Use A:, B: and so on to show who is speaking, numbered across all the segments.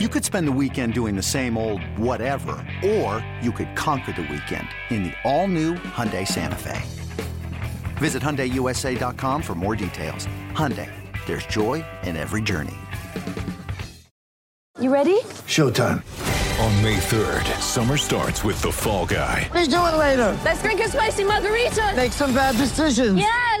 A: You could spend the weekend doing the same old whatever, or you could conquer the weekend in the all-new Hyundai Santa Fe. Visit HyundaiUSA.com for more details. Hyundai, there's joy in every journey.
B: You ready?
C: Showtime.
D: On May 3rd, summer starts with The Fall Guy.
E: Let's do it later.
B: Let's drink a spicy margarita.
E: Make some bad decisions.
B: Yes.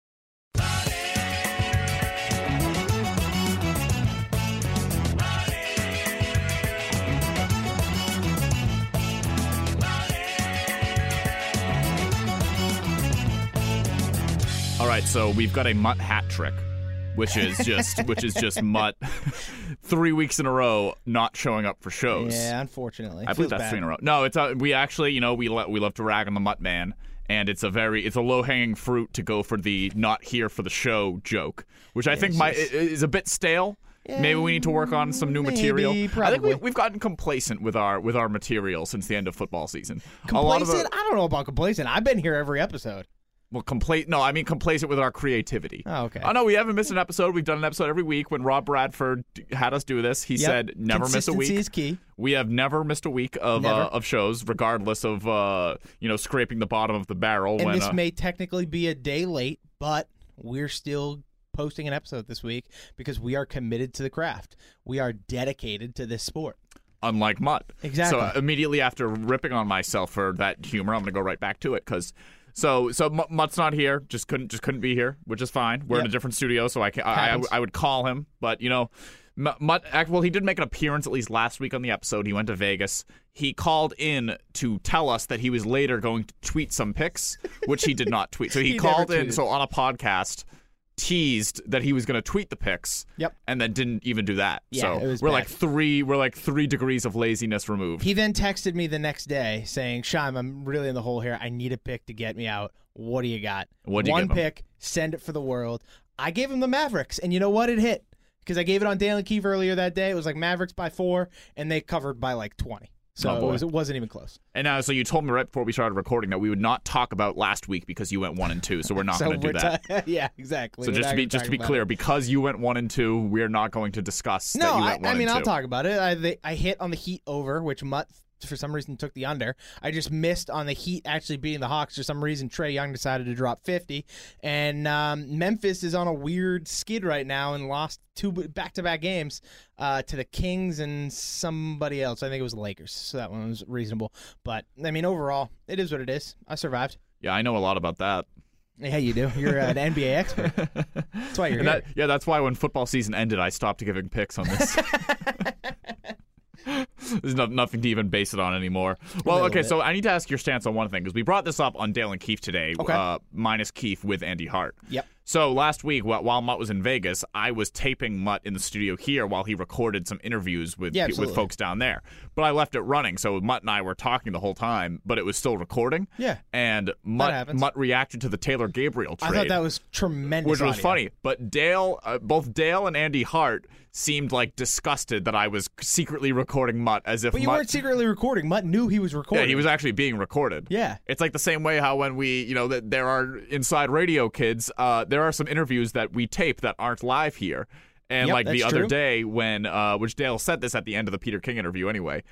F: All right, so we've got a mutt hat trick, which is just which is just mutt three weeks in a row not showing up for shows.
G: Yeah, unfortunately.
F: I believe that's three in a row. No, it's uh, we actually, you know, we lo- we love to rag on the Mutt Man, and it's a very it's a low hanging fruit to go for the not here for the show joke, which I think might i- is a bit stale. Maybe we need to work on some new material.
G: maybe,
F: I think we,
G: probably.
F: we've gotten complacent with our with our material since the end of football season. A lot of
G: Complacent? I don't know about complacent. I've been here every episode.
F: Well, complacent. No, I mean complacent with our creativity.
G: Oh, okay.
F: Oh no, we haven't missed an episode. We've done an episode every week. When Rob Bradford d- had us do this, he
G: Yep.
F: said never miss a
G: Consistency
F: week.
G: is key.
F: We have never missed a week of uh,
G: Never.
F: of shows, regardless of uh, you know scraping the bottom of the barrel.
G: And
F: when
G: this
F: uh,
G: may technically be a day late, but we're still posting an episode this week because we are committed to the craft. We are dedicated to this sport.
F: unlike Mutt.
G: Exactly.
F: So uh, immediately after ripping on myself for that humor, I'm going to go right back to it because. So so M- Mutt's not here. Just couldn't just couldn't be here, which is fine. We're in a
G: Yep.
F: different studio, so I can I, I,
G: Happens.
F: I would call him, but you know, M- Mutt. act- Well, he did make an appearance at least last week on the episode. He went to Vegas. He called in to tell us that he was later going to tweet some pics, which he did not tweet. So he,
G: He never
F: called in.
G: tweeted.
F: So on a podcast. Teased that he was going to tweet the pics,
G: Yep.
F: and then didn't even do that.
G: Yeah,
F: so
G: it was
F: we're
G: bad.
F: like three we're like three degrees of laziness removed.
G: He then texted me the next day saying, Shime, I'm really in the hole here. I need a pick to get me out. What do you got?
F: What'd you
G: One
F: give him?
G: pick, send it for the world. I gave him the Mavericks, and you know what? It hit. Because I gave it on Dalen Keefe earlier that day. It was like Mavericks by four, and they covered by like 20. So
F: Oh,
G: it,
F: boy.
G: was, it wasn't even close.
F: and uh, so you told me right before we started recording that we would not talk about last week because you went one and two, so we're not
G: so
F: going to do
G: we're
F: that.
G: ti- yeah, exactly.
F: so
G: We're
F: just
G: not
F: to be
G: gonna
F: just
G: talk
F: to be
G: about
F: clear,
G: it.
F: because you went one and two, we're not going to discuss.
G: No,
F: that you
G: I,
F: went one
G: I mean,
F: and
G: I'll
F: two.
G: talk about it. I, they, I hit on the Heat over, which Mutt, for some reason, took the under. I just missed on the Heat actually beating the Hawks. For some reason, Trey Young decided to drop 50. And um, Memphis is on a weird skid right now and lost two back to back games uh, to the Kings and somebody else. I think it was the Lakers. So that one was reasonable. But, I mean, overall, it is what it is. I survived.
F: Yeah, I know a lot about that.
G: Yeah, you do. You're an NBA expert. That's why you're
F: And
G: here.
F: that, yeah, that's why when football season ended, I stopped giving picks on this. There's no, nothing to even base it on anymore. Well,
G: little
F: okay,
G: bit.
F: so I need to ask your stance on one thing because we brought this up on Dale and Keefe today,
G: Okay.
F: uh, minus Keefe with Andy Hart.
G: Yep.
F: So last week, wh- while Mutt was in Vegas, I was taping Mutt in the studio here while he recorded some interviews with
G: Yeah,
F: pe- with
G: absolutely.
F: folks down there. But I left it running, so Mutt and I were talking the whole time, but it was still recording.
G: Yeah.
F: And Mutt,
G: happens.
F: Mutt reacted to the Taylor Gabriel
G: I
F: trade
G: thought that was tremendous.
F: which was
G: audio.
F: funny. But Dale, uh, both Dale and Andy Hart seemed like disgusted that I was secretly recording Mutt as if
G: But you
F: Mutt.
G: weren't secretly recording. Mutt knew he was recording.
F: yeah, he was actually being recorded.
G: Yeah.
F: it's like the same way how when we, you know, that there are inside radio kids. Uh, there are some interviews that we tape that aren't live here. And
G: Yep,
F: like the
G: that's
F: other
G: true.
F: day when, uh, which Dale said this at the end of the Peter King interview anyway.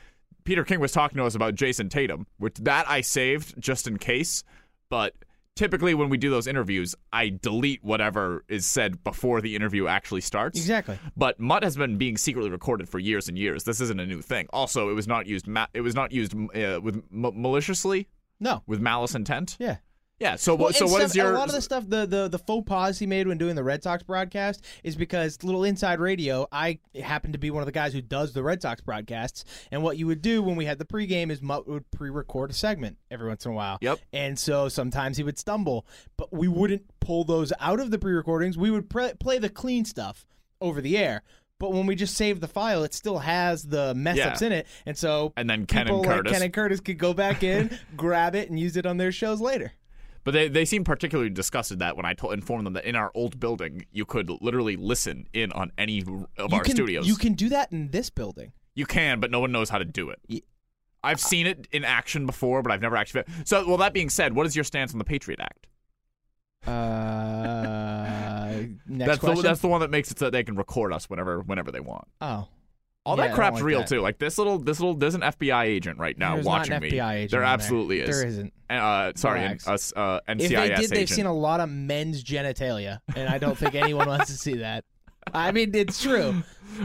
F: Peter King was talking to us about Jason Tatum, which that I saved just in case. But typically when we do those interviews, I delete whatever is said before the interview actually starts.
G: Exactly.
F: But Mutt has been being secretly recorded for years and years. This isn't a new thing. Also, it was not used. Ma- it was not used uh, with m- maliciously,
G: No.
F: with malice intent.
G: Yeah.
F: Yeah. So,
G: Well,
F: what so
G: and
F: what
G: stuff-
F: is your?
G: a lot of the stuff the, the the faux pas he made when doing the Red Sox broadcast is because little inside radio. I happen to be one of the guys who does the Red Sox broadcasts, and what you would do when we had the pregame is Mutt would pre-record a segment every once in a while.
F: Yep.
G: And so sometimes he would stumble, but we wouldn't pull those out of the pre-recordings. We would pre- play the clean stuff over the air. But when we just save the file, it still has the mess
F: Yeah.
G: ups in it, and so
F: And then Ken and
G: people like
F: Curtis.
G: Ken and Curtis could go back in, grab it, and use it on their shows later.
F: But they, they seemed particularly disgusted that when I told, informed them that in our old building, you could literally listen in on any of
G: you
F: our
G: can,
F: studios.
G: You can do that in this building.
F: You can, but no one knows how to do it.
G: Ye-
F: I've seen it in action before, but I've never actually. So, well, that being said, what is your stance on the Patriot Act?
G: Uh, next
F: that's
G: question.
F: the that's the one that makes it so that they can record us whenever whenever they want.
G: oh,
F: All
G: Yeah, I
F: that
G: don't
F: crap's
G: like
F: real
G: that.
F: too. Like this little this little there's an FBI agent right now
G: there's
F: watching
G: not an
F: me.
G: FBI agent.
F: there
G: in
F: absolutely is.
G: There isn't.
F: Uh, sorry, an,
G: Relax.
F: uh, s- uh, NCIS
G: If they did,
F: agent.
G: they've seen a lot of men's genitalia, and I don't think anyone wants to see that. I mean, it's true.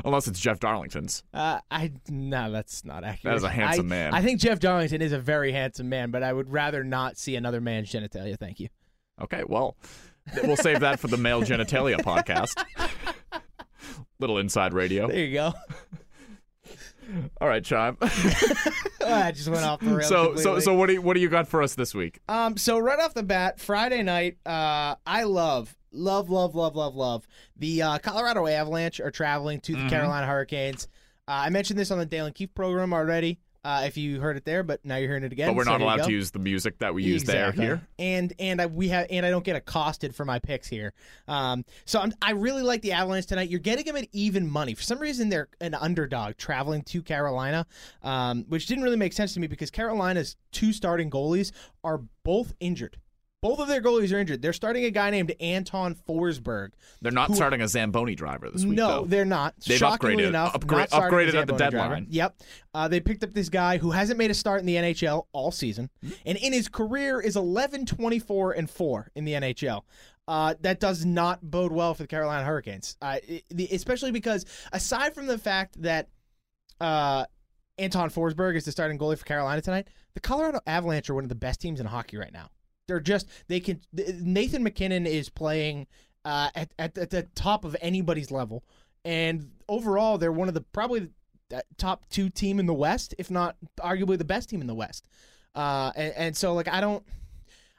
F: Unless it's Jeff Darlington's.
G: Uh, I no, that's not accurate.
F: That is a handsome
G: I-
F: man.
G: I think Jeff Darlington is a very handsome man, but I would rather not see another man's genitalia. Thank you.
F: Okay, well, th- we'll save that for the male genitalia podcast. Little inside radio.
G: There you go.
F: All right, Chime.
G: I just went off the rails.
F: so, so,
G: completely.
F: so, what do you, what do you got for us this week?
G: Um, so right off the bat, Friday night, uh, I love, love, love, love, love, love. The uh, Colorado Avalanche are traveling to the
F: Mm-hmm.
G: Carolina Hurricanes. Uh, I mentioned this on the Dale and Keefe program already. Uh, if you heard it there, but now you're hearing it again.
F: But we're
G: so
F: not
G: there you
F: allowed
G: go.
F: to use the music that we use
G: Exactly.
F: there here.
G: And and I we have and I don't get accosted for my picks here. Um, so I'm, I really like the Avalanche tonight. You're getting them at even money. For some reason, they're an underdog traveling to Carolina, um, which didn't really make sense to me because Carolina's two starting goalies are both injured. Both of their goalies are injured. They're starting a guy named Anton Forsberg.
F: They're not starting a Zamboni driver this week.
G: No,
F: though.
G: they're not.
F: They've
G: Shockingly
F: upgraded-
G: enough,
F: upgra-
G: not starting
F: upgraded at the
G: Zamboni driver.
F: deadline.
G: Yep, uh, they picked up this guy who hasn't made a start in the NHL all season,
F: Mm-hmm.
G: and in his career is 11, 24, and four in the NHL. Uh, that does not bode well for the Carolina Hurricanes, uh, it- the- especially because aside from the fact that uh, Anton Forsberg is the starting goalie for Carolina tonight, the Colorado Avalanche are one of the best teams in hockey right now. They're just they can. th- Nathan McKinnon is playing uh, at, at at the top of anybody's level, and overall they're one of the probably the top two team in the West, if not arguably the best team in the West. Uh, and, and so like I don't.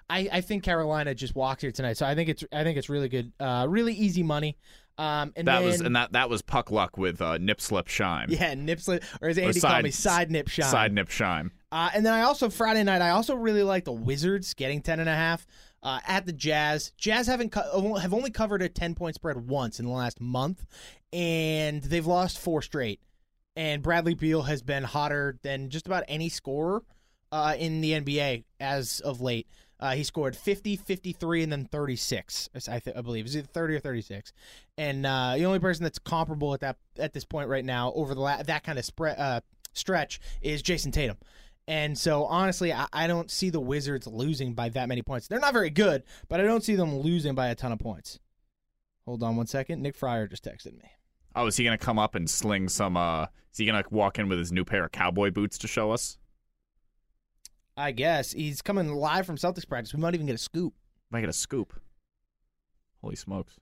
G: I, I think Carolina just walks here tonight, so I think it's I think it's really good, uh, really easy money. Um, and
F: that
G: then,
F: was and that that was puck luck with uh, nip slip shime.
G: yeah, nip slip, or as Andy
F: side-
G: called me, side nip shine.
F: Side nip shime.
G: Uh, and then I also Friday night I also really like the Wizards getting ten and a half uh, at the Jazz. Jazz haven't co- have only covered a ten point spread once in the last month, and they've lost four straight. And Bradley Beal has been hotter than just about any scorer uh, in the NBA as of late. Uh, he scored 50, 53, and then 36, as I, th- I believe. Is it 30 or 36? And uh, the only person that's comparable at that at this point right now over the la- that kind of spread uh, stretch is Jason Tatum. And so, honestly, I, I don't see the Wizards losing by that many points. They're not very good, but I don't see them losing by a ton of points. Hold on one second. Nick Fryer just texted me.
F: Oh, is he gonna come up and sling some? uh Is he gonna walk in with his new pair of cowboy boots to show us?
G: I guess he's coming live from Celtics practice. We might even get a scoop,
F: Might get a scoop. Holy smokes!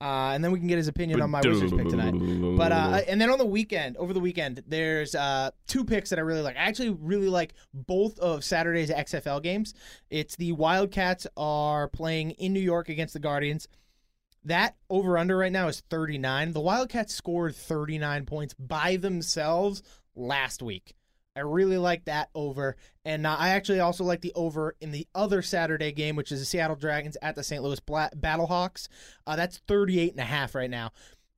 G: uh, and then we can get his opinion on my Wizards pick tonight. But uh, and then on the weekend, over the weekend, there's uh, two picks that I really like. I actually really like both of Saturday's XFL games. It's the Wildcats are playing in New York against the Guardians. That over under right now is 39. The Wildcats scored 39 points by themselves last week. I really like that over. And uh, I actually also like the over in the other Saturday game, which is the Seattle Dragons at the St. Louis Bla- Battlehawks. Uh, that's 38 and a half right now.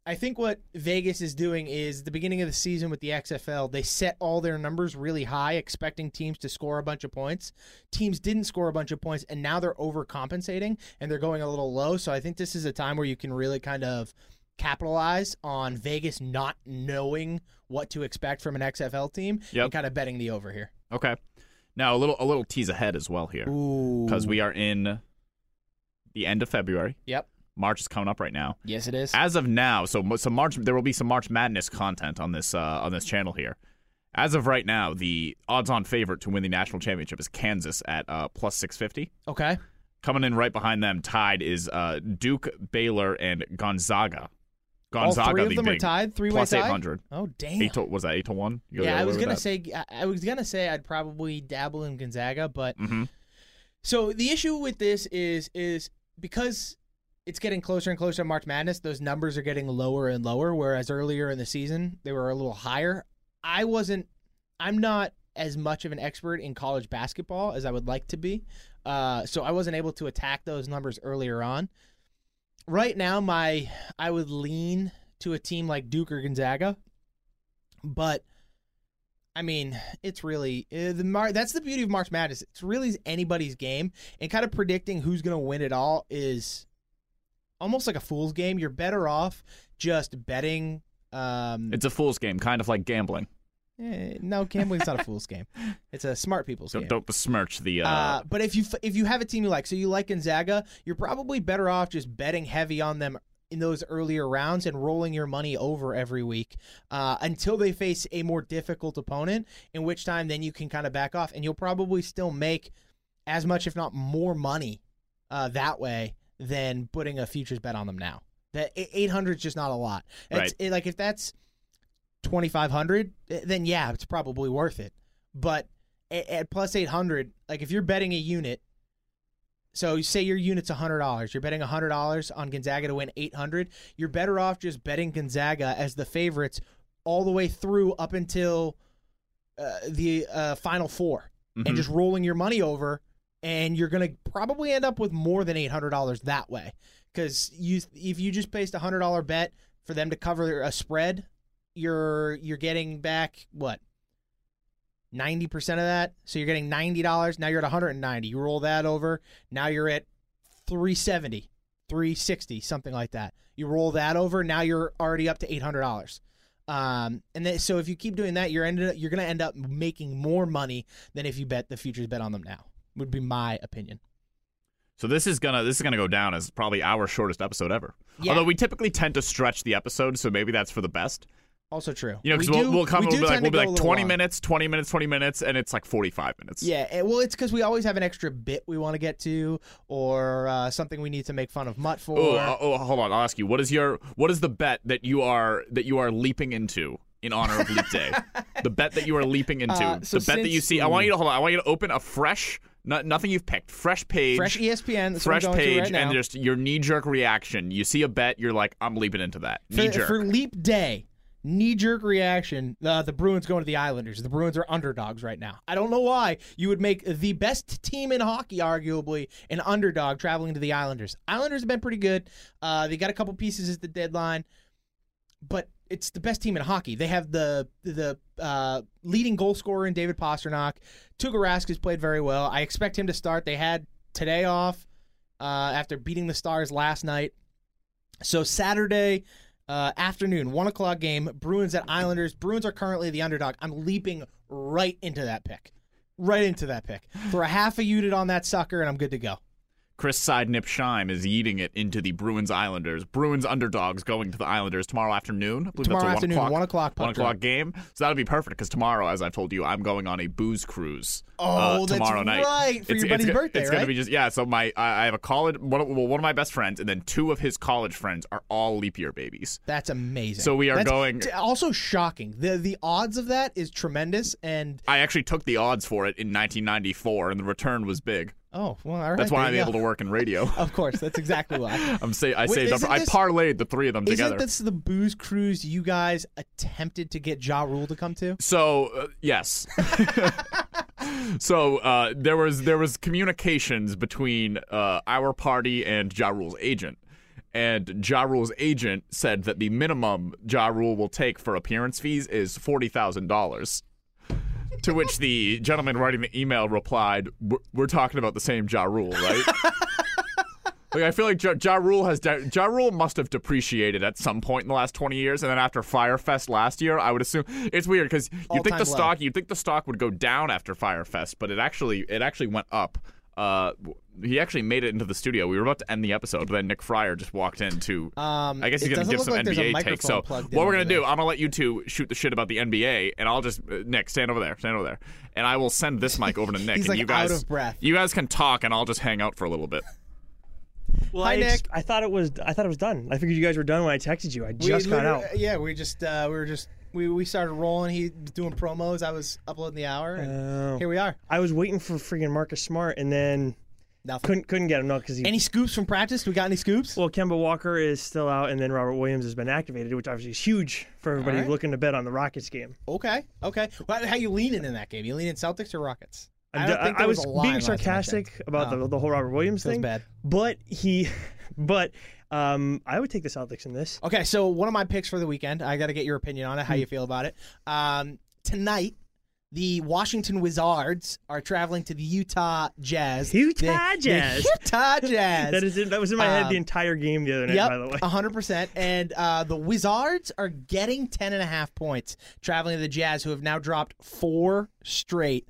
G: I think what Vegas is doing is the beginning of the season with the XFL, they set all their numbers really high, expecting teams to score a bunch of points. Teams didn't score a bunch of points, and now they're overcompensating and they're going a little low. So I think this is a time where you can really kind of capitalize on Vegas not knowing what to expect from an XFL team
F: Yep.
G: and kind of betting the over here.
F: Okay. Now a little a little tease ahead as well here
G: Ooh.
F: because we are in the end of February.
G: Yep.
F: March is coming up right now.
G: Yes, it is.
F: As of now, so mo- some March there will be some March Madness content on this uh, on this channel here. As of right now, the odds-on favorite to win the national championship is Kansas at uh, plus six fifty.
G: okay.
F: Coming in right behind them, tied is uh, Duke, Baylor, and Gonzaga. Gonzaga,
G: All three of
F: the
G: them are
F: big
G: tied. Three
F: plus
G: way tie?
F: eight hundred.
G: Oh damn.
F: Eight to, was that eight to one? You go the
G: yeah, I
F: other
G: was
F: way with
G: gonna
F: that?
G: say I I was gonna say I'd probably dabble in Gonzaga, but
F: Mhm.
G: so the issue with this is is because it's getting closer and closer to March Madness, those numbers are getting lower and lower. Whereas earlier in the season they were a little higher. I wasn't. I'm not as much of an expert in college basketball as I would like to be. Uh, so I wasn't able to attack those numbers earlier on. Right now, my I would lean to a team like Duke or Gonzaga, but I mean, it's really uh, the Mar- that's the beauty of March Madness. It's really anybody's game, and kind of predicting who's going to win it all is almost like a fool's game. You're better off just betting. Um,
F: It's a fool's game, kind of like gambling.
G: eh, no, gambling's not a fool's game. It's a smart people's
F: Don't,
G: game.
F: don't besmirch the. Uh,
G: Uh, but if you f- if you have a team you like, so you like Gonzaga, you're probably better off just betting heavy on them in those earlier rounds and rolling your money over every week uh, until they face a more difficult opponent. In which time, then you can kind of back off, and you'll probably still make as much, if not more, money uh, that way than putting a futures bet on them now. That e, eight hundred is just not a lot. It's,
F: Right.
G: it- like if that's twenty five hundred, eh, then yeah, it's probably worth it. But at, at plus 800 like if you're betting a unit so you say your unit's $100 you're betting $100 on gonzaga to win 800 you're better off just betting gonzaga as the favorites all the way through up until uh, the uh, final 4 and just rolling your money over and you're going to probably end up with more than $800 that way because you if you just placed a $100 bet for them to cover a spread you're you're getting back what ninety percent of that. So you're getting ninety dollars. Now you're at one hundred and ninety. You roll that over. Now you're at 370, 360, something like that. You roll that over. Now you're already up to eight hundred dollars. Um, and then, so if you keep doing that, you're ended up, you're gonna end up making more money than if you bet the futures bet on them now. Would be my opinion.
F: so this is gonna this is gonna go down as probably our shortest episode ever.
G: Yeah.
F: Although we typically tend to stretch the episode, so maybe that's for the best.
G: Also true.
F: You know, because
G: We
F: we
G: do-
F: will we'll come and
G: do
F: we'll be like,
G: tend to
F: we'll
G: go
F: be
G: a
F: like
G: little
F: 20
G: long.
F: minutes, 20 minutes, 20 minutes, and it's like 45 minutes.
G: Yeah, eh, well, it's because we always have an extra bit we want to get to, or uh, something we need to make fun of Mutt for.
F: Oh, uh, oh, hold on. I'll ask you. What is your what is the bet that you are that you are leaping into in honor of Leap Day? the bet that you are leaping into.
G: Uh, so
F: the bet that you
G: since-
F: see. I want you to hold on. I want you to open a fresh, no, nothing you've picked. Fresh oh, page.
G: Fresh E ESPN. That's
F: fresh
G: what I'm going to
F: page,
G: right now.
F: and just your knee jerk reaction. You see a bet, you're like, I'm leaping into that. Knee
G: for,
F: jerk.
G: for leap day knee jerk reaction uh, the bruins going to the islanders the bruins are underdogs right now i don't know why you would make the best team in hockey arguably an underdog traveling to the islanders islanders have been pretty good uh, they got a couple pieces at the deadline but it's the best team in hockey. They have the the uh, leading goal scorer in David Pasternak. Tuukka Rask has played very well. I expect him to start. They had today off uh, after beating the Stars last night. So Saturday uh, afternoon, one o'clock game. Bruins at Islanders. Bruins are currently the underdog. I'm leaping right into that pick, right into that pick. For a half a unit on that sucker, and I'm good to go.
F: Chris Sidnip Shime is eating it into the Bruins Islanders. Bruins underdogs going to the Islanders tomorrow afternoon. I believe
G: Tomorrow
F: that's a
G: afternoon, 1
F: one o'clock,
G: o'clock puck
F: one o'clock
G: drop.
F: game. So that'll be perfect because tomorrow, as I told you, I'm going on a booze cruise.
G: Oh,
F: uh,
G: that's
F: tomorrow night.
G: right, for your buddy's
F: go-
G: birthday,
F: It's gonna
G: right?
F: be just yeah. So my I, I have a college one of, well, one of my best friends and then two of his college friends are all leap year babies.
G: That's amazing.
F: So we are
G: That's
F: going-
G: t- also shocking. the The odds of that is tremendous, and
F: I actually took the odds for it in 1994 and the return was big.
G: oh well, all right.
F: That's why
G: there
F: I'm
G: you
F: able
G: go.
F: to work in radio.
G: Of course, that's exactly why.
F: I'm say I
G: Wait,
F: saved up.
G: isn't
F: I
G: this-
F: parlayed the three of them together.
G: Isn't this the booze cruise you guys attempted to get Ja Rule to come to?
F: So uh, yes. so uh, there was there was communications between uh, our party and Ja Rule's agent. And Ja Rule's agent said that the minimum Ja Rule will take for appearance fees is forty thousand dollars. To which the gentleman writing the email replied, "We're, we're talking about the same Ja Rule, right?" Like I feel like ja, ja Rule has de- Ja Rule must have depreciated at some point in the last twenty years, and then after Firefest last year, I would assume it's weird because you think
G: All-time
F: the
G: low.
F: stock you think the stock would go down after Firefest, but it actually it actually went up. Uh, w- he actually made it into the studio. We were about to end the episode, but then Nick Fryer just walked in to.
G: Um,
F: I guess he's
G: it
F: gonna
G: doesn't
F: give
G: look
F: some
G: like there's a
F: NBA take.
G: microphone
F: So
G: plugged in
F: what we're
G: over
F: gonna do?
G: there.
F: I'm gonna let you two shoot the shit about the NBA, and I'll just uh, Nick stand over there, stand over there, and I will send this mic over to Nick,
G: He's,
F: and
G: like,
F: you guys
G: out of breath.
F: you guys can talk, and I'll just hang out for a little bit.
H: Well,
G: Hi,
H: I,
G: Nick.
H: I thought it was. I thought it was done. I figured you guys were done when I texted you. I
G: We
H: just got out.
G: literally- Yeah, we just uh, we were just we, we started rolling. He was doing promos. I was uploading the hour, and
H: Oh.
G: here we are.
H: I was waiting for freaking Marcus Smart, and then
G: Nothing.
H: couldn't couldn't get him. No, because he.
G: Any scoops from practice? We got any scoops?
H: well, Kemba Walker is still out, and then Robert Williams has been activated, which obviously is huge for everybody
G: All right.
H: looking to bet on the Rockets game.
G: okay, okay. Well, how you leaning in that game? You leaning Celtics or Rockets? I
H: I'm
G: don't
H: d-
G: think there was
H: was,
G: a line
H: being
G: last night, Jack.
H: sarcastic about
G: No.
H: the, the whole Robert Williams
G: Feels
H: thing.
G: bad.
H: But he, but um, I would take the Celtics in this.
G: Okay, so one of my picks for the weekend, I got to get your opinion on it,
H: Hmm.
G: how you feel about it. Um, tonight, the Washington Wizards are traveling to the Utah Jazz.
H: Utah
G: The- the
H: Jazz.
G: Utah Jazz.
H: That is in, that was in my head the
G: Um,
H: entire game the other night.
G: Yep,
H: by the way,
G: 100%. And uh, the Wizards are getting 10 and a half points traveling to the Jazz, who have now dropped four straight.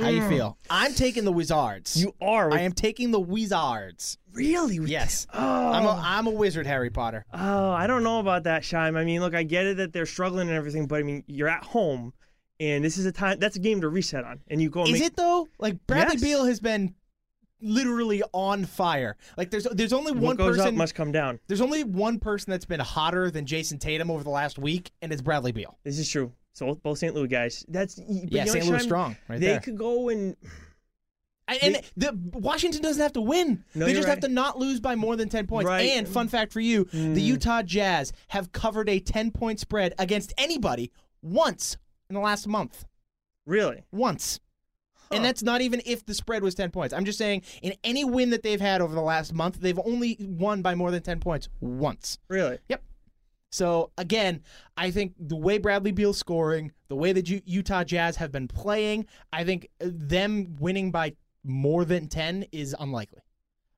G: How you feel? I'm taking the Wizards.
H: you are with,
G: I am taking the Wizards.
H: really with
G: Yes.
H: Oh, i
G: I'm a, I'm a wizard, Harry Potter.
H: oh, I don't know about that, Shime. I mean, look, I get it that they're struggling and everything, but I mean, you're at home, and this is a time that's a game to reset on, and you go. And
G: Is
H: make,
G: it though? Like Bradley
H: Yes.
G: Beal has been literally on fire. Like there's there's only
H: what
G: one
H: goes
G: person
H: up must come down?
G: there's only one person that's been hotter than Jason Tatum over the last week, and it's Bradley Beal.
H: This is true. So both St. Louis guys. That's but you
G: Yeah,
H: know,
G: St. Louis
H: Shime,
G: strong right
H: they
G: there.
H: could go and
G: And, and the Washington doesn't have to win.
H: No,
G: they
H: you're
G: just have
H: right.
G: to not lose by more than 10 points.
H: Right. Mm.
G: And fun fact for you, the Utah Jazz have covered a 10-point spread against anybody once in the last month.
H: really.
G: Once. And
H: Huh.
G: that's not even if the spread was 10 points. I'm just saying in any win that they've had over the last month, they've only won by more than 10 points once.
H: Really?
G: So again, I think the way Bradley Beal's scoring, the way the Ju- Utah Jazz have been playing, I think uh, them winning by more than 10 is unlikely.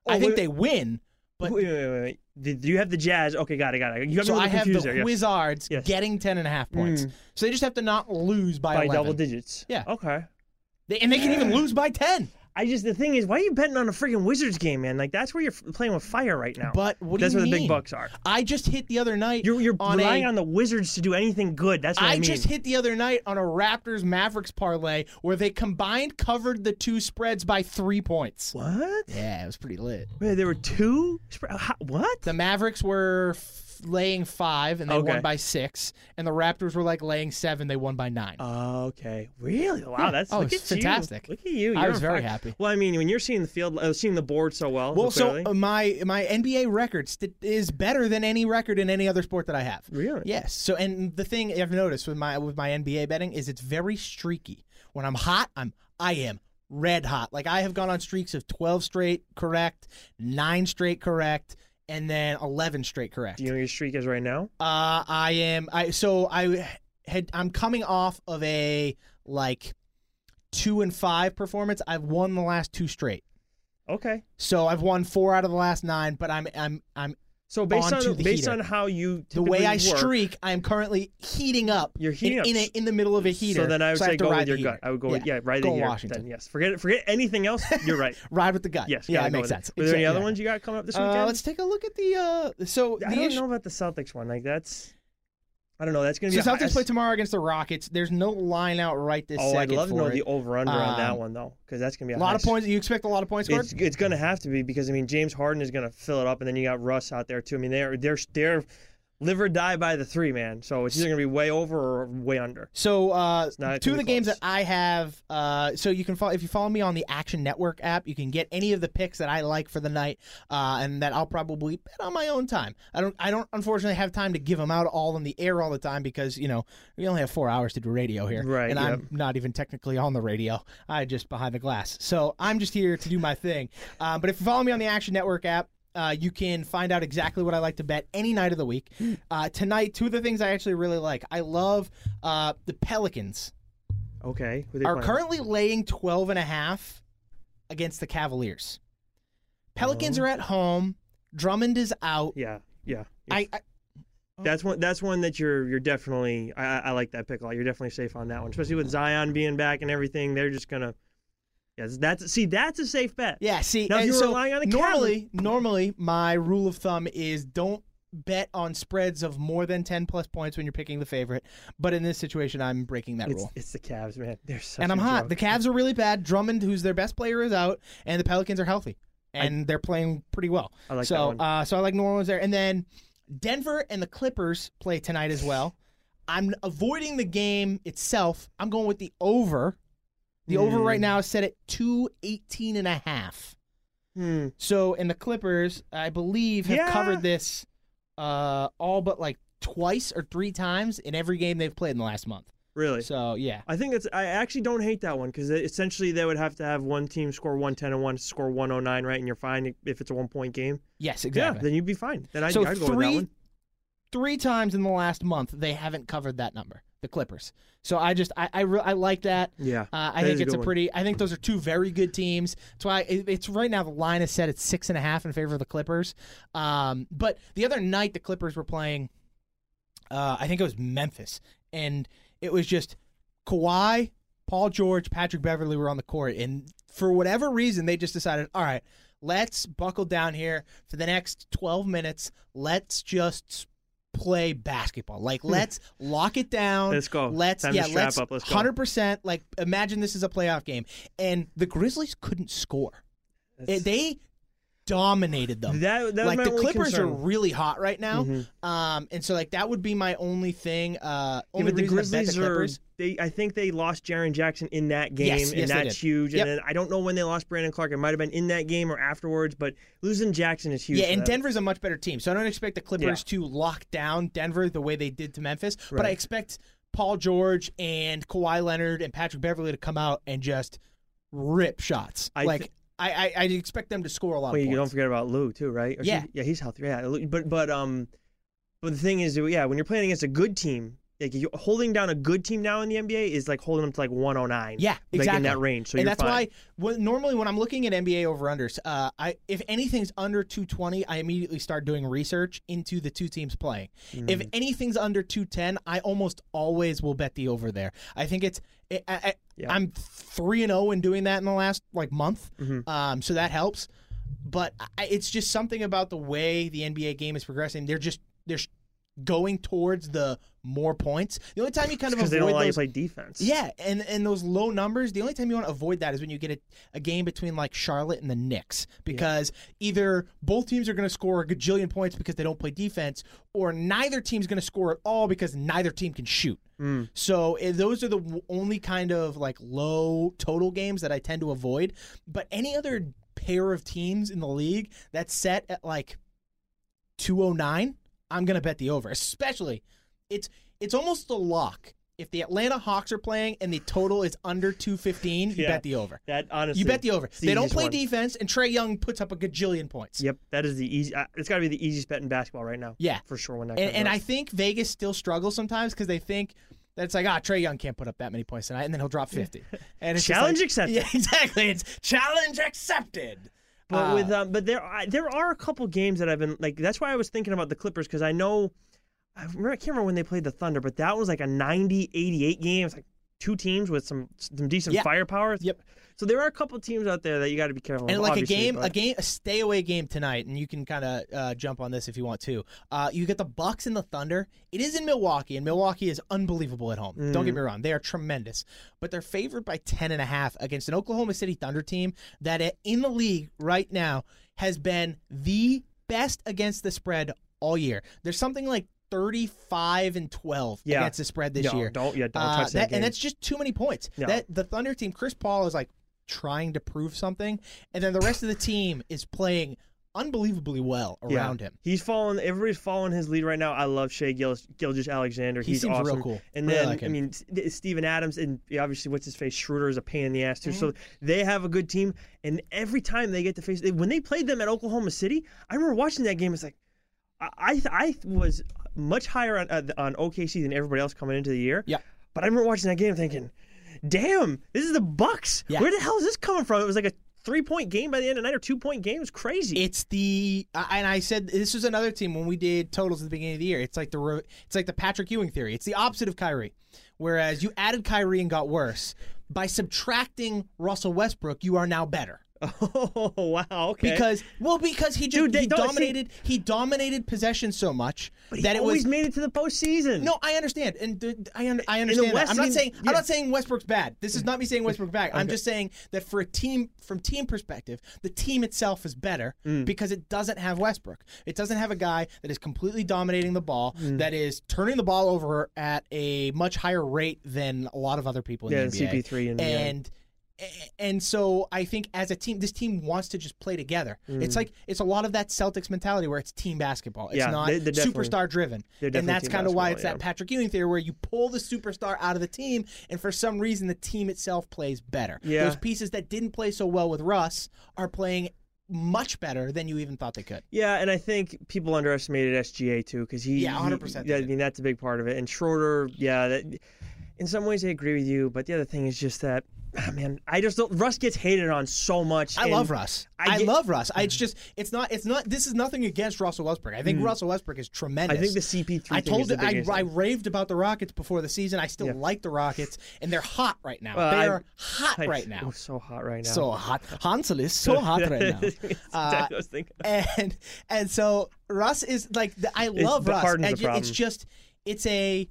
G: I
H: Oh,
G: think
H: wait-
G: they win, but
H: wait, wait, wait, wait. Did you have the Jazz? Okay, got it, got it. You got
G: so
H: me a
G: I
H: little
G: have
H: confused
G: the
H: there. yes.
G: Wizards
H: Yes.
G: getting 10 and a half points.
H: Mm.
G: So they just have to not lose by,
H: by
G: 11.
H: double digits.
G: Yeah.
H: Okay.
G: They- and they can even lose by 10.
H: I just the thing is, why are you betting on a freaking Wizards game, man? Like that's where you're f- playing with fire right now.
G: But what do
H: that's
G: you
H: where the
G: mean?
H: big bucks are.
G: I just hit the other night
H: You're you're
G: on
H: relying
G: a,
H: on the Wizards to do anything good. That's what I,
G: I
H: mean.
G: just hit the other night on a Raptors Mavericks parlay where they combined covered the two spreads by three points.
H: what?
G: Yeah, it was pretty lit.
H: Wait, there were two. sp- how- What?
G: The Mavericks were f- laying five and they
H: Okay.
G: won by six, and the Raptors were like laying seven. They won by nine.
H: Okay. Really? Wow. That's
G: Oh,
H: look
G: it's
H: at you.
G: fantastic.
H: Look at you.
G: I
H: You're
G: was
H: on
G: very
H: fire.
G: happy.
H: Well, I mean, when you're seeing the field, uh, seeing the board so well.
G: well, so
H: clearly.
G: uh, my my NBA record st- is better than any record in any other sport that I have.
H: Really?
G: Yes. So, and the thing I've noticed with my with my NBA betting is it's very streaky. When I'm hot, I'm I am red hot. Like I have gone on streaks of twelve straight correct, nine straight correct, and then eleven straight correct.
H: do you know what your streak is right now?
G: Uh, I am. I so I had. I'm coming off of a like two and five performance. I've won the last two straight.
H: Okay.
G: So I've won four out of the last nine. But I'm I'm I'm
H: So based
G: On to
H: on
G: the
H: based
G: heater.
H: on how you
G: the way
H: typically
G: I
H: work,
G: streak. I'm currently heating up.
H: You're heating
G: in,
H: up.
G: in, a, in the middle of a heater.
H: So then I would
G: have to
H: say go
G: ride
H: with
G: the
H: your gut.
G: heater.
H: I would go with yeah, right
G: go
H: in here.
G: Washington.
H: Then yes, forget forget anything else. You're right.
G: Ride with the gut.
H: Yes.
G: yeah,
H: gotta
G: that
H: go
G: makes
H: with it.
G: sense.
H: Were there any other
G: Exactly.
H: ones you got coming up this weekend?
G: Uh, let's take a look at the uh, so
H: I
G: the
H: don't
G: issue-
H: know about the Celtics one. Like that's, I don't know. That's gonna
G: So
H: be. a high-
G: Celtics play tomorrow against the Rockets. There's no line out right this
H: Oh,
G: second.
H: I'd love to
G: for
H: know
G: it.
H: the over under on that
G: Um,
H: one though, because that's gonna be
G: A
H: a,
G: lot
H: high
G: of points. You expect a lot of points scored.
H: It's, it's gonna have to be because I mean James Harden is gonna fill it up, and then you got Russ out there too. I mean they're they're they're live or die by the three man. So it's either gonna be way over or way under.
G: So uh,
H: not
G: two of
H: gonna
G: the
H: be
G: games
H: close.
G: that I have, uh, so you can follow if you follow me on the Action Network app, you can get any of the picks that I like for the night, uh, and that I'll probably bet on my own time. I don't, I don't, unfortunately, have time to give them out all in the air all the time because you know we only have four hours to do radio here,
H: Right,
G: And
H: yep.
G: I'm not even technically on the radio. I just behind the glass, so I'm just here to do my thing. Um, but if you follow me on the Action Network app. Uh, you can find out exactly what I like to bet any night of the week. Uh, tonight, two of the things I actually really like. I love uh, the Pelicans
H: Okay. Who they
G: are
H: playing?
G: currently laying 12 and a half against the Cavaliers. Pelicans
H: Oh.
G: are at home. Drummond is out.
H: Yeah. Yeah.
G: I, I
H: That's one. That's one that you're you're definitely. I, I- I like that pick a lot. You're definitely safe on that one, especially with Zion being back and everything. They're just gonna. Yeah, that's see, that's a safe bet.
G: yeah, see,
H: Now, if
G: and
H: you were
G: so
H: relying on the
G: normally, normally my rule of thumb is don't bet on spreads of more than 10 plus points when you're picking the favorite, but in this situation I'm breaking that
H: it's,
G: rule.
H: it's the Cavs, man. They're such
G: And I'm
H: a
G: hot.
H: joke.
G: The Cavs are really bad. Drummond, who's their best player, is out, and the Pelicans are healthy, and they're playing pretty well.
H: I like
G: so,
H: that one.
G: Uh, so I like New Orleans there, and then Denver and the Clippers play tonight as well. I'm avoiding the game itself. I'm going with the over. The over right now is set at 218 and a half.
H: Hmm.
G: So, and the Clippers, I believe, have
H: Yeah.
G: covered this uh, all but like twice or three times in every game they've played in the last month.
H: Really.
G: So yeah,
H: I think it's. I actually don't hate that one because essentially they would have to have one team score 110 and one to score 109, right? And you're fine if it's a one point game.
G: yes,
H: Yeah,
G: exactly.
H: then you'd be fine. Then I'd,
G: so
H: I'd go with that
G: three,
H: one.
G: three times in the last month they haven't covered that number, the Clippers. So I just I I, re- I like that.
H: Yeah,
G: Uh, I
H: that
G: think
H: is a
G: it's a
H: good one.
G: pretty. I think those are two very good teams. That's why it, it's right now the line is set at six and a half in favor of the Clippers. Um, but the other night the Clippers were playing, uh, I think it was Memphis, and it was just Kawhi, Paul George, Patrick Beverly were on the court, and for whatever reason they just decided, all right, let's buckle down here for the next twelve minutes. Let's just play basketball. Like let's lock it down.
H: Hmm. Let's go.
G: Let's
H: Time to
G: yeah.
H: strap
G: let's
H: up. Let's go.
G: hundred percent. Like imagine this is a playoff game, and the Grizzlies couldn't score. It- they dominated them.
H: That- that was
G: like
H: my
G: the
H: only
G: Clippers are
H: concern. Mm-hmm.
G: really hot right now, um, and so like that would be my only thing. Uh,
H: Yeah,
G: only
H: but the
G: reason to bet
H: Grizzlies
G: the
H: are.
G: Clippers.
H: They, I think they lost Jaron Jackson in that game,
G: Yes,
H: and
G: yes, they
H: that's
G: did.
H: huge.
G: Yep.
H: And then I don't know when they lost Brandon Clark. It might have been in that game or afterwards, but losing Jackson is huge.
G: Yeah,
H: for
G: and
H: them.
G: Denver's a much better team, so I don't expect the Clippers to lock down Denver the way they did to Memphis. But I
H: Right.
G: expect Paul George and Kawhi Leonard and Patrick Beverly to come out and just rip shots.
H: I
G: like
H: thi-
G: I, I, I expect them to score a lot.
H: Well,
G: of
H: you don't
G: points.
H: forget about Lou too, right? Or
G: Yeah.
H: he- yeah, he's healthy. Yeah, Lou- but but um, but the thing is, yeah, when you're playing against a good team, like you holding down a good team now in the NBA is like holding them to like 109.
G: Yeah, exactly.
H: Like in that range. So
G: and
H: you're
G: that's
H: fine.
G: why when, normally when I'm looking at NBA over unders, uh, I if anything's under 220, I immediately start doing research into the two teams playing.
H: Mm.
G: If anything's under 210, I almost always will bet the over there. I think it's I, I, I-
H: Yeah.
G: I'm three and zero in doing that in the last like month,
H: Mm-hmm.
G: um, so that helps. But I, it's just something about the way the NBA game is progressing. They're just they're sh- going towards the more points. The only time you kind of
H: because they don't
G: avoid
H: allow you to
G: those
H: play defense.
G: yeah, and and those low numbers, the only time you want to avoid that is when you get a, a game between like Charlotte and the Knicks because either both teams are going to score a gajillion points because they don't play defense, or neither team's going to score at all because neither team can shoot. So eh, those are the w- only kind of like low total games that I tend to avoid. But any other pair of teams in the league that's set at like 209, I'm going to bet the over. Especially it's it's almost a lock. If the Atlanta Hawks are playing and the total is under 215, you
H: Yeah.
G: bet the over.
H: That honestly.
G: you bet the over.
H: it's
G: They don't
H: easiest
G: play
H: one.
G: defense and Trey Young puts up a gajillion points.
H: Yep, that is the easy. Uh, it's got to be the easiest bet in basketball right now.
G: Yeah.
H: for sure. When that
G: And,
H: comes
G: and
H: up.
G: I think Vegas still struggles sometimes because they think that it's like, ah, Trey Young can't put up that many points tonight, and then he'll drop 50. And it's just
H: Challenge
G: like-
H: accepted.
G: Yeah, exactly. It's challenge accepted.
H: But
G: Uh,
H: with um, but there I, there are a couple games that I've been like. That's why I was thinking about the Clippers because I know I, remember, I can't remember when they played the Thunder, but that was like a 90-88 game. It's like two teams with some some decent
G: Yeah.
H: firepower.
G: Yep.
H: So there are a couple teams out there that you got to be careful.
G: and
H: of,
G: like a
H: obviously,
G: game, a
H: but-
G: game, a stay away game tonight, and you can kind of uh, jump on this if you want to. Uh, you get the Bucks and the Thunder. It is in Milwaukee, and Milwaukee is unbelievable at home. Don't
H: Mm.
G: get me wrong; they are tremendous, but they're favored by ten and a half against an Oklahoma City Thunder team that uh, in the league right now has been the best against the spread all year. There's something like. 35 and 12
H: Yeah.
G: against the spread this
H: No,
G: year.
H: don't- yeah, don't
G: Uh,
H: touch that game.
G: And that's just too many points.
H: No.
G: That the Thunder team, Chris Paul is like trying to prove something, and then the rest of the team is playing unbelievably well
H: Yeah.
G: around him.
H: He's following. Everybody's following his lead right now. I love Shea Gilgis Alexander.
G: He
H: He's
G: seems real
H: awesome.
G: cool.
H: And
G: Really
H: then
G: like
H: I
G: him.
H: mean, S- th- Steven Adams and yeah, obviously what's his face Schroeder is a pain in the ass too. So
G: Mm-hmm.
H: they have a good team. And every time they get to face, when they played them at Oklahoma City, I remember watching that game. It's like I I, th- I was much higher on uh, on OKC than everybody else coming into the year.
G: Yeah.
H: But I remember watching that game thinking, damn, this is the Bucks.
G: Yeah.
H: Where the hell is this coming from? It was like a three point game by the end of the night or two point game. It was crazy.
G: It's the I- and I said this was another team when we did totals at the beginning of the year. It's like the re- it's like the Patrick Ewing theory. It's the opposite of Kyrie. Whereas you added Kyrie and got worse by subtracting Russell Westbrook, you are now better.
H: oh wow. Okay.
G: Because well, because he just
H: Dude, they
G: he
H: don't- see-
G: dominated he dominated possession so much
H: He
G: that it was
H: always made it to the postseason.
G: No, I understand, and th- I un- I understand. that.
H: West,
G: I'm not
H: he-
G: saying
H: yeah. Mm-hmm.
G: I'm not saying Westbrook's bad. This is not me saying Westbrook's bad. I'm just saying that for a team from team perspective, the team itself is better
H: Mm.
G: because it doesn't have Westbrook. It doesn't have a guy that is completely dominating the ball,
H: Mm.
G: that is turning the ball over at a much higher rate than a lot of other people in
H: Yeah,
G: the NBA.
H: uh, CP3 and- yeah.
G: and A- And so I think as a team, this team wants to just play together. It's like it's a lot of that Celtics mentality where it's team basketball. It's
H: Mm. Yeah,
G: not
H: they- they're definitely-
G: superstar driven,
H: they're
G: and
H: definitely
G: that's
H: team
G: kind of why it's
H: basketball,
G: that
H: yeah.
G: Patrick Ewing theory where you pull the superstar out of the team, and for some reason the team itself plays better.
H: Yeah.
G: Those pieces that didn't play so well with Russ are playing much better than you even thought they could.
H: Yeah, and I think people underestimated SGA too because he.
G: Yeah,
H: he-
G: 100%
H: yeah, I
G: did.
H: mean that's a big part of it. And Schroeder, yeah, that, in some ways I agree with you, but the other thing is just that, ah, man, I just don't, Russ gets hated on so much.
G: I
H: and
G: love Russ.
H: I
G: I,
H: get- Mm-hmm.
G: love Russ. I, it's just it's not it's not this is nothing against Russell Westbrook. I think Russell Westbrook is tremendous.
H: I think the CP3
G: I
H: thing
G: told
H: is the
G: you- I,
H: biggest
G: I
H: thing.
G: raved about the Rockets before the season. I still
H: Yeah.
G: like the Rockets, and they're hot right now.
H: Well,
G: they
H: Uh, I-
G: are hot
H: I-
G: right now.
H: Oh, so hot right now.
G: So hot. Hansel is so hot right now. Uh,
H: I was thinking-
G: and and so Russ is like the, I love
H: the
G: Russ.
H: Harden's
G: and
H: the
G: yet it's
H: problem.
G: just it's a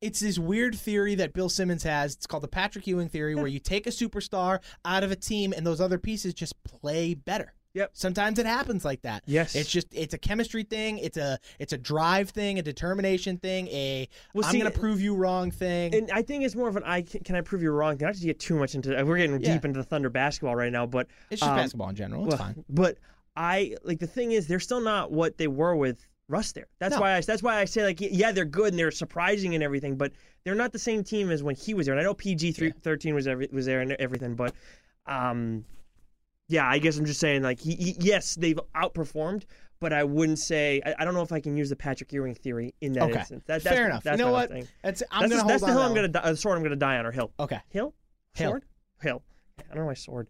G: it's this weird theory that Bill Simmons has. It's called the Patrick Ewing theory, where you take a superstar out of a team and those other pieces just play better.
H: Yep.
G: Sometimes it happens like that.
H: Yes.
G: It's just it's a chemistry thing. It's a it's a drive thing, a determination thing, a
H: Well,
G: I'm
H: see,
G: gonna prove you wrong thing.
H: And I think it's more of an I can, can I prove you wrong thing. Not to get too much into we're getting
G: Yeah.
H: deep into the Thunder basketball right now, but
G: it's just
H: um,
G: basketball in general. It's
H: well,
G: fine.
H: But I like the thing is they're still not what they were with Russ there. That's
G: No.
H: why I that's why I say like yeah they're good and they're surprising and everything, but they're not the same team as when he was there. And I know PG three thirteen was every, was there and everything, but um yeah I guess I'm just saying like he, he- yes they've outperformed. But I wouldn't say I, I don't know if I can use the Patrick Ewing theory in that
G: Okay.
H: instance. That, that's,
G: Fair enough.
H: That's
G: you know
H: my
G: what?
H: Thing.
G: That's I'm gonna
H: that's the, that's
G: hold on
H: the hill
G: to
H: I'm
G: that
H: gonna die, uh, sword I'm gonna die on or hill.
G: one. Okay.
H: Hill,
G: Hill.
H: sword, hill. I don't know why sword.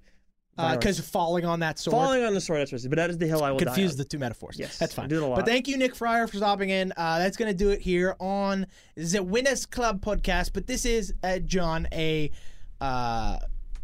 H: Violence.
G: Because Uh, falling on that sword.
H: Falling on the sword, that's what it is, but that is the hill I will die
G: confused
H: on.
G: the two metaphors.
H: Yes,
G: that's fine.
H: I did a lot.
G: But thank you, Nick Fryer, for stopping in. Uh, that's going to do it here on the Winners Club podcast. But this is uh, John a. Uh,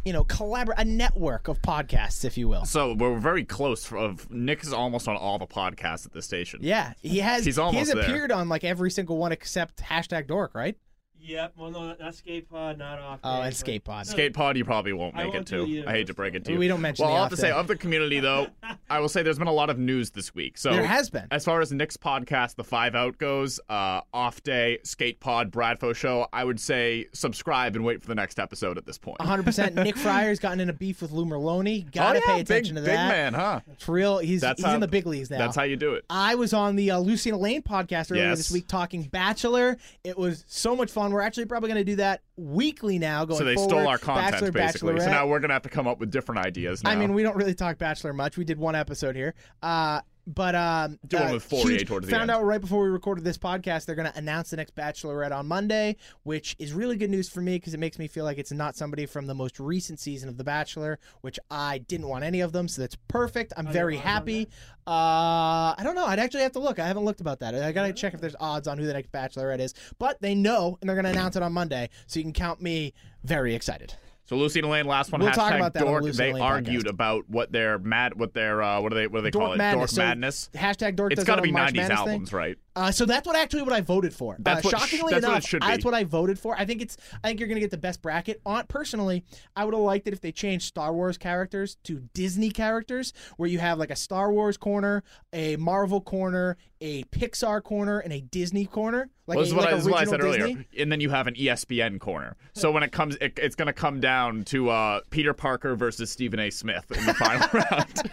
G: you know, collabor a network of podcasts, if you will.
F: So we're very close. for- Of Nick is almost on all the podcasts at this station.
G: Yeah, he has.
F: He's
G: he has
F: almost there.
G: appeared on like every single one except hashtag Dork, right?
H: Yep. Well, no, not skate pod, not off.
G: Oh,
H: day,
G: and
H: but-
G: Skate Pod.
F: Skate Pod, you probably won't
H: I
F: make
H: won't
F: it to.
H: do either of
F: I hate to
H: those,
F: break it
G: though.
F: to you.
G: We don't mention
F: Well,
G: the
F: I'll have to
G: off
F: say
G: day.
F: of the community though, I will say there's been a lot of news this week. So
G: There has been.
F: As far as Nick's podcast, The Five Out goes, uh, off day, Skate Pod, Bradfo Show. I would say subscribe and wait for the next episode. At this point,
G: 100%. Nick Fryer's gotten in a beef with Lou Merlone. Gotta
F: oh, yeah,
G: pay attention
F: big,
G: to that.
F: Big man, huh?
G: It's real. He's,
F: That's
G: he's
F: how-
G: in the big leagues now.
F: That's how you do it.
G: I was on the uh, Lucy and Elaine podcast earlier
F: Yes.
G: this week talking Bachelor. It was so much fun. We're actually probably going to do that weekly now going
F: So they
G: forward.
F: stole our content
G: Bachelor,
F: basically.
G: Bachelorette.
F: So now we're gonna have to come up with different ideas. Now.
G: I mean, we don't really talk Bachelor much. We did one episode here. Uh, but um,
F: Do one
G: uh,
F: with Fourier
G: huge-
F: towards the
G: found
F: end.
G: out right before we recorded this podcast they're going to announce the next Bachelorette on Monday, which is really good news for me because it makes me feel like it's not somebody from the most recent season of The Bachelor, which I didn't want any of them, so that's perfect. I'm very happy. Uh, I don't know. I'd actually have to look. I haven't looked about that. I got to check if there's odds on who the next Bachelorette is, but they know and they're going to announce it on Monday, so you can count me very excited.
F: So Lucy and Elaine, last one.
G: We'll
F: hashtag
G: talk about that on the
F: dork.
G: Lucy and
F: they
G: Elaine
F: argued
G: podcast.
F: about what their mad, what their uh, what do they what do they call it? Dork
G: So
F: madness.
G: hashtag Dork.
F: it's
G: got to
F: be
G: March
F: 90s
G: Madness thing.
F: albums, right?
G: Uh, so that's what actually what I voted for.
F: That's
G: uh,
F: what-
G: shockingly
F: that's what
G: enough,
F: it should be.
G: that's what I voted for. I think it's. I think you're gonna get the best bracket. On personally, I would have liked it if they changed Star Wars characters to Disney characters, where you have like a Star Wars corner, a Marvel corner, a Pixar corner, and a Disney corner. Like
F: Well, this
G: a,
F: is what,
G: like
F: I, this is what I
G: original
F: said earlier.
G: Disney.
F: And then you have an E ESPN corner. So when it comes, it, it's going to come down to uh, Peter Parker versus Stephen A. Smith in the final round.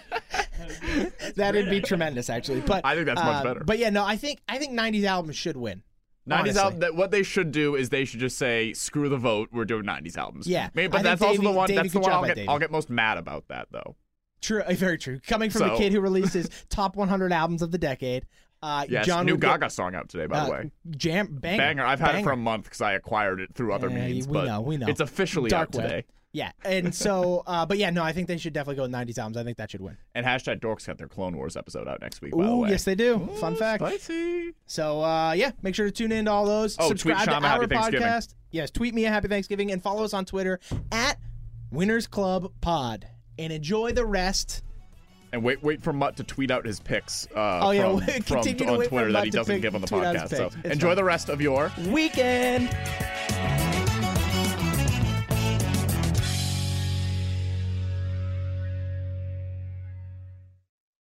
G: That'd be tremendous, actually. But
F: I think that's much
G: uh,
F: better.
G: But yeah, no, I think I think '90s albums should win.
F: 90s
G: Honestly.
F: album. That, what they should do is they should just say, "Screw the vote. We're doing 90s albums."
G: Yeah.
F: Maybe,
G: I
F: but
G: think
F: that's also
G: Davey-
F: the one.
G: Davey,
F: that's the
G: good
F: one
G: job
F: I'll
G: by
F: get,
G: Davey.
F: I'll get most mad about that though.
G: True, uh, very true. Coming from a
F: So-
G: kid who released his top 100 albums of the decade, uh,
F: Yes.
G: John
F: new
G: would get-
F: Gaga song out today, by the
G: uh,
F: way.
G: jam banger.
F: Banger. I've had it
G: banger.
F: for a month because I acquired it through other
G: Yeah,
F: means.
G: we
F: but
G: know, we know.
F: It's officially
G: Dark
F: out
G: web.
F: today.
G: Yeah, and so, uh, but yeah, no, I think they should definitely go with 90s albums. I think that should win.
F: And hashtag Dorks got their Clone Wars episode out next week. by the
G: Ooh,
F: way.
G: yes, they do. Fun fact.
F: Spicy.
G: So uh, yeah, make sure to tune in to all those.
F: Oh, tweet
G: Subscribe
F: Shama
G: to
F: a
G: our
F: happy Thanksgiving.
G: podcast. Yes, tweet me a happy Thanksgiving and follow us on Twitter at Winners Club Pod. And enjoy the rest.
F: And wait, wait for Mutt to tweet out his picks. Uh,
G: Oh, yeah,
F: from,
G: continue
F: from
G: to
F: on
G: wait for
F: Twitter that
G: Mutt
F: he
G: to
F: doesn't
G: pick-
F: give on the
G: tweet out his
F: podcast. So
G: picks. It's
F: enjoy
G: fine.
F: the rest of your
G: Weekend.